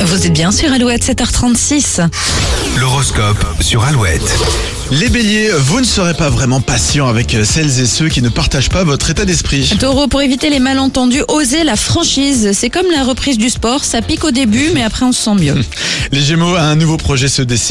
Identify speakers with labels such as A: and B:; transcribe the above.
A: Vous êtes bien sur Alouette 7h36.
B: L'horoscope sur Alouette.
C: Les béliers, vous ne serez pas vraiment patient avec celles et ceux qui ne partagent pas votre état d'esprit.
A: Taureau, pour éviter les malentendus, osez la franchise. C'est comme la reprise du sport, ça pique au début, mais après on se sent mieux.
C: Les gémeaux, un nouveau projet se dessine.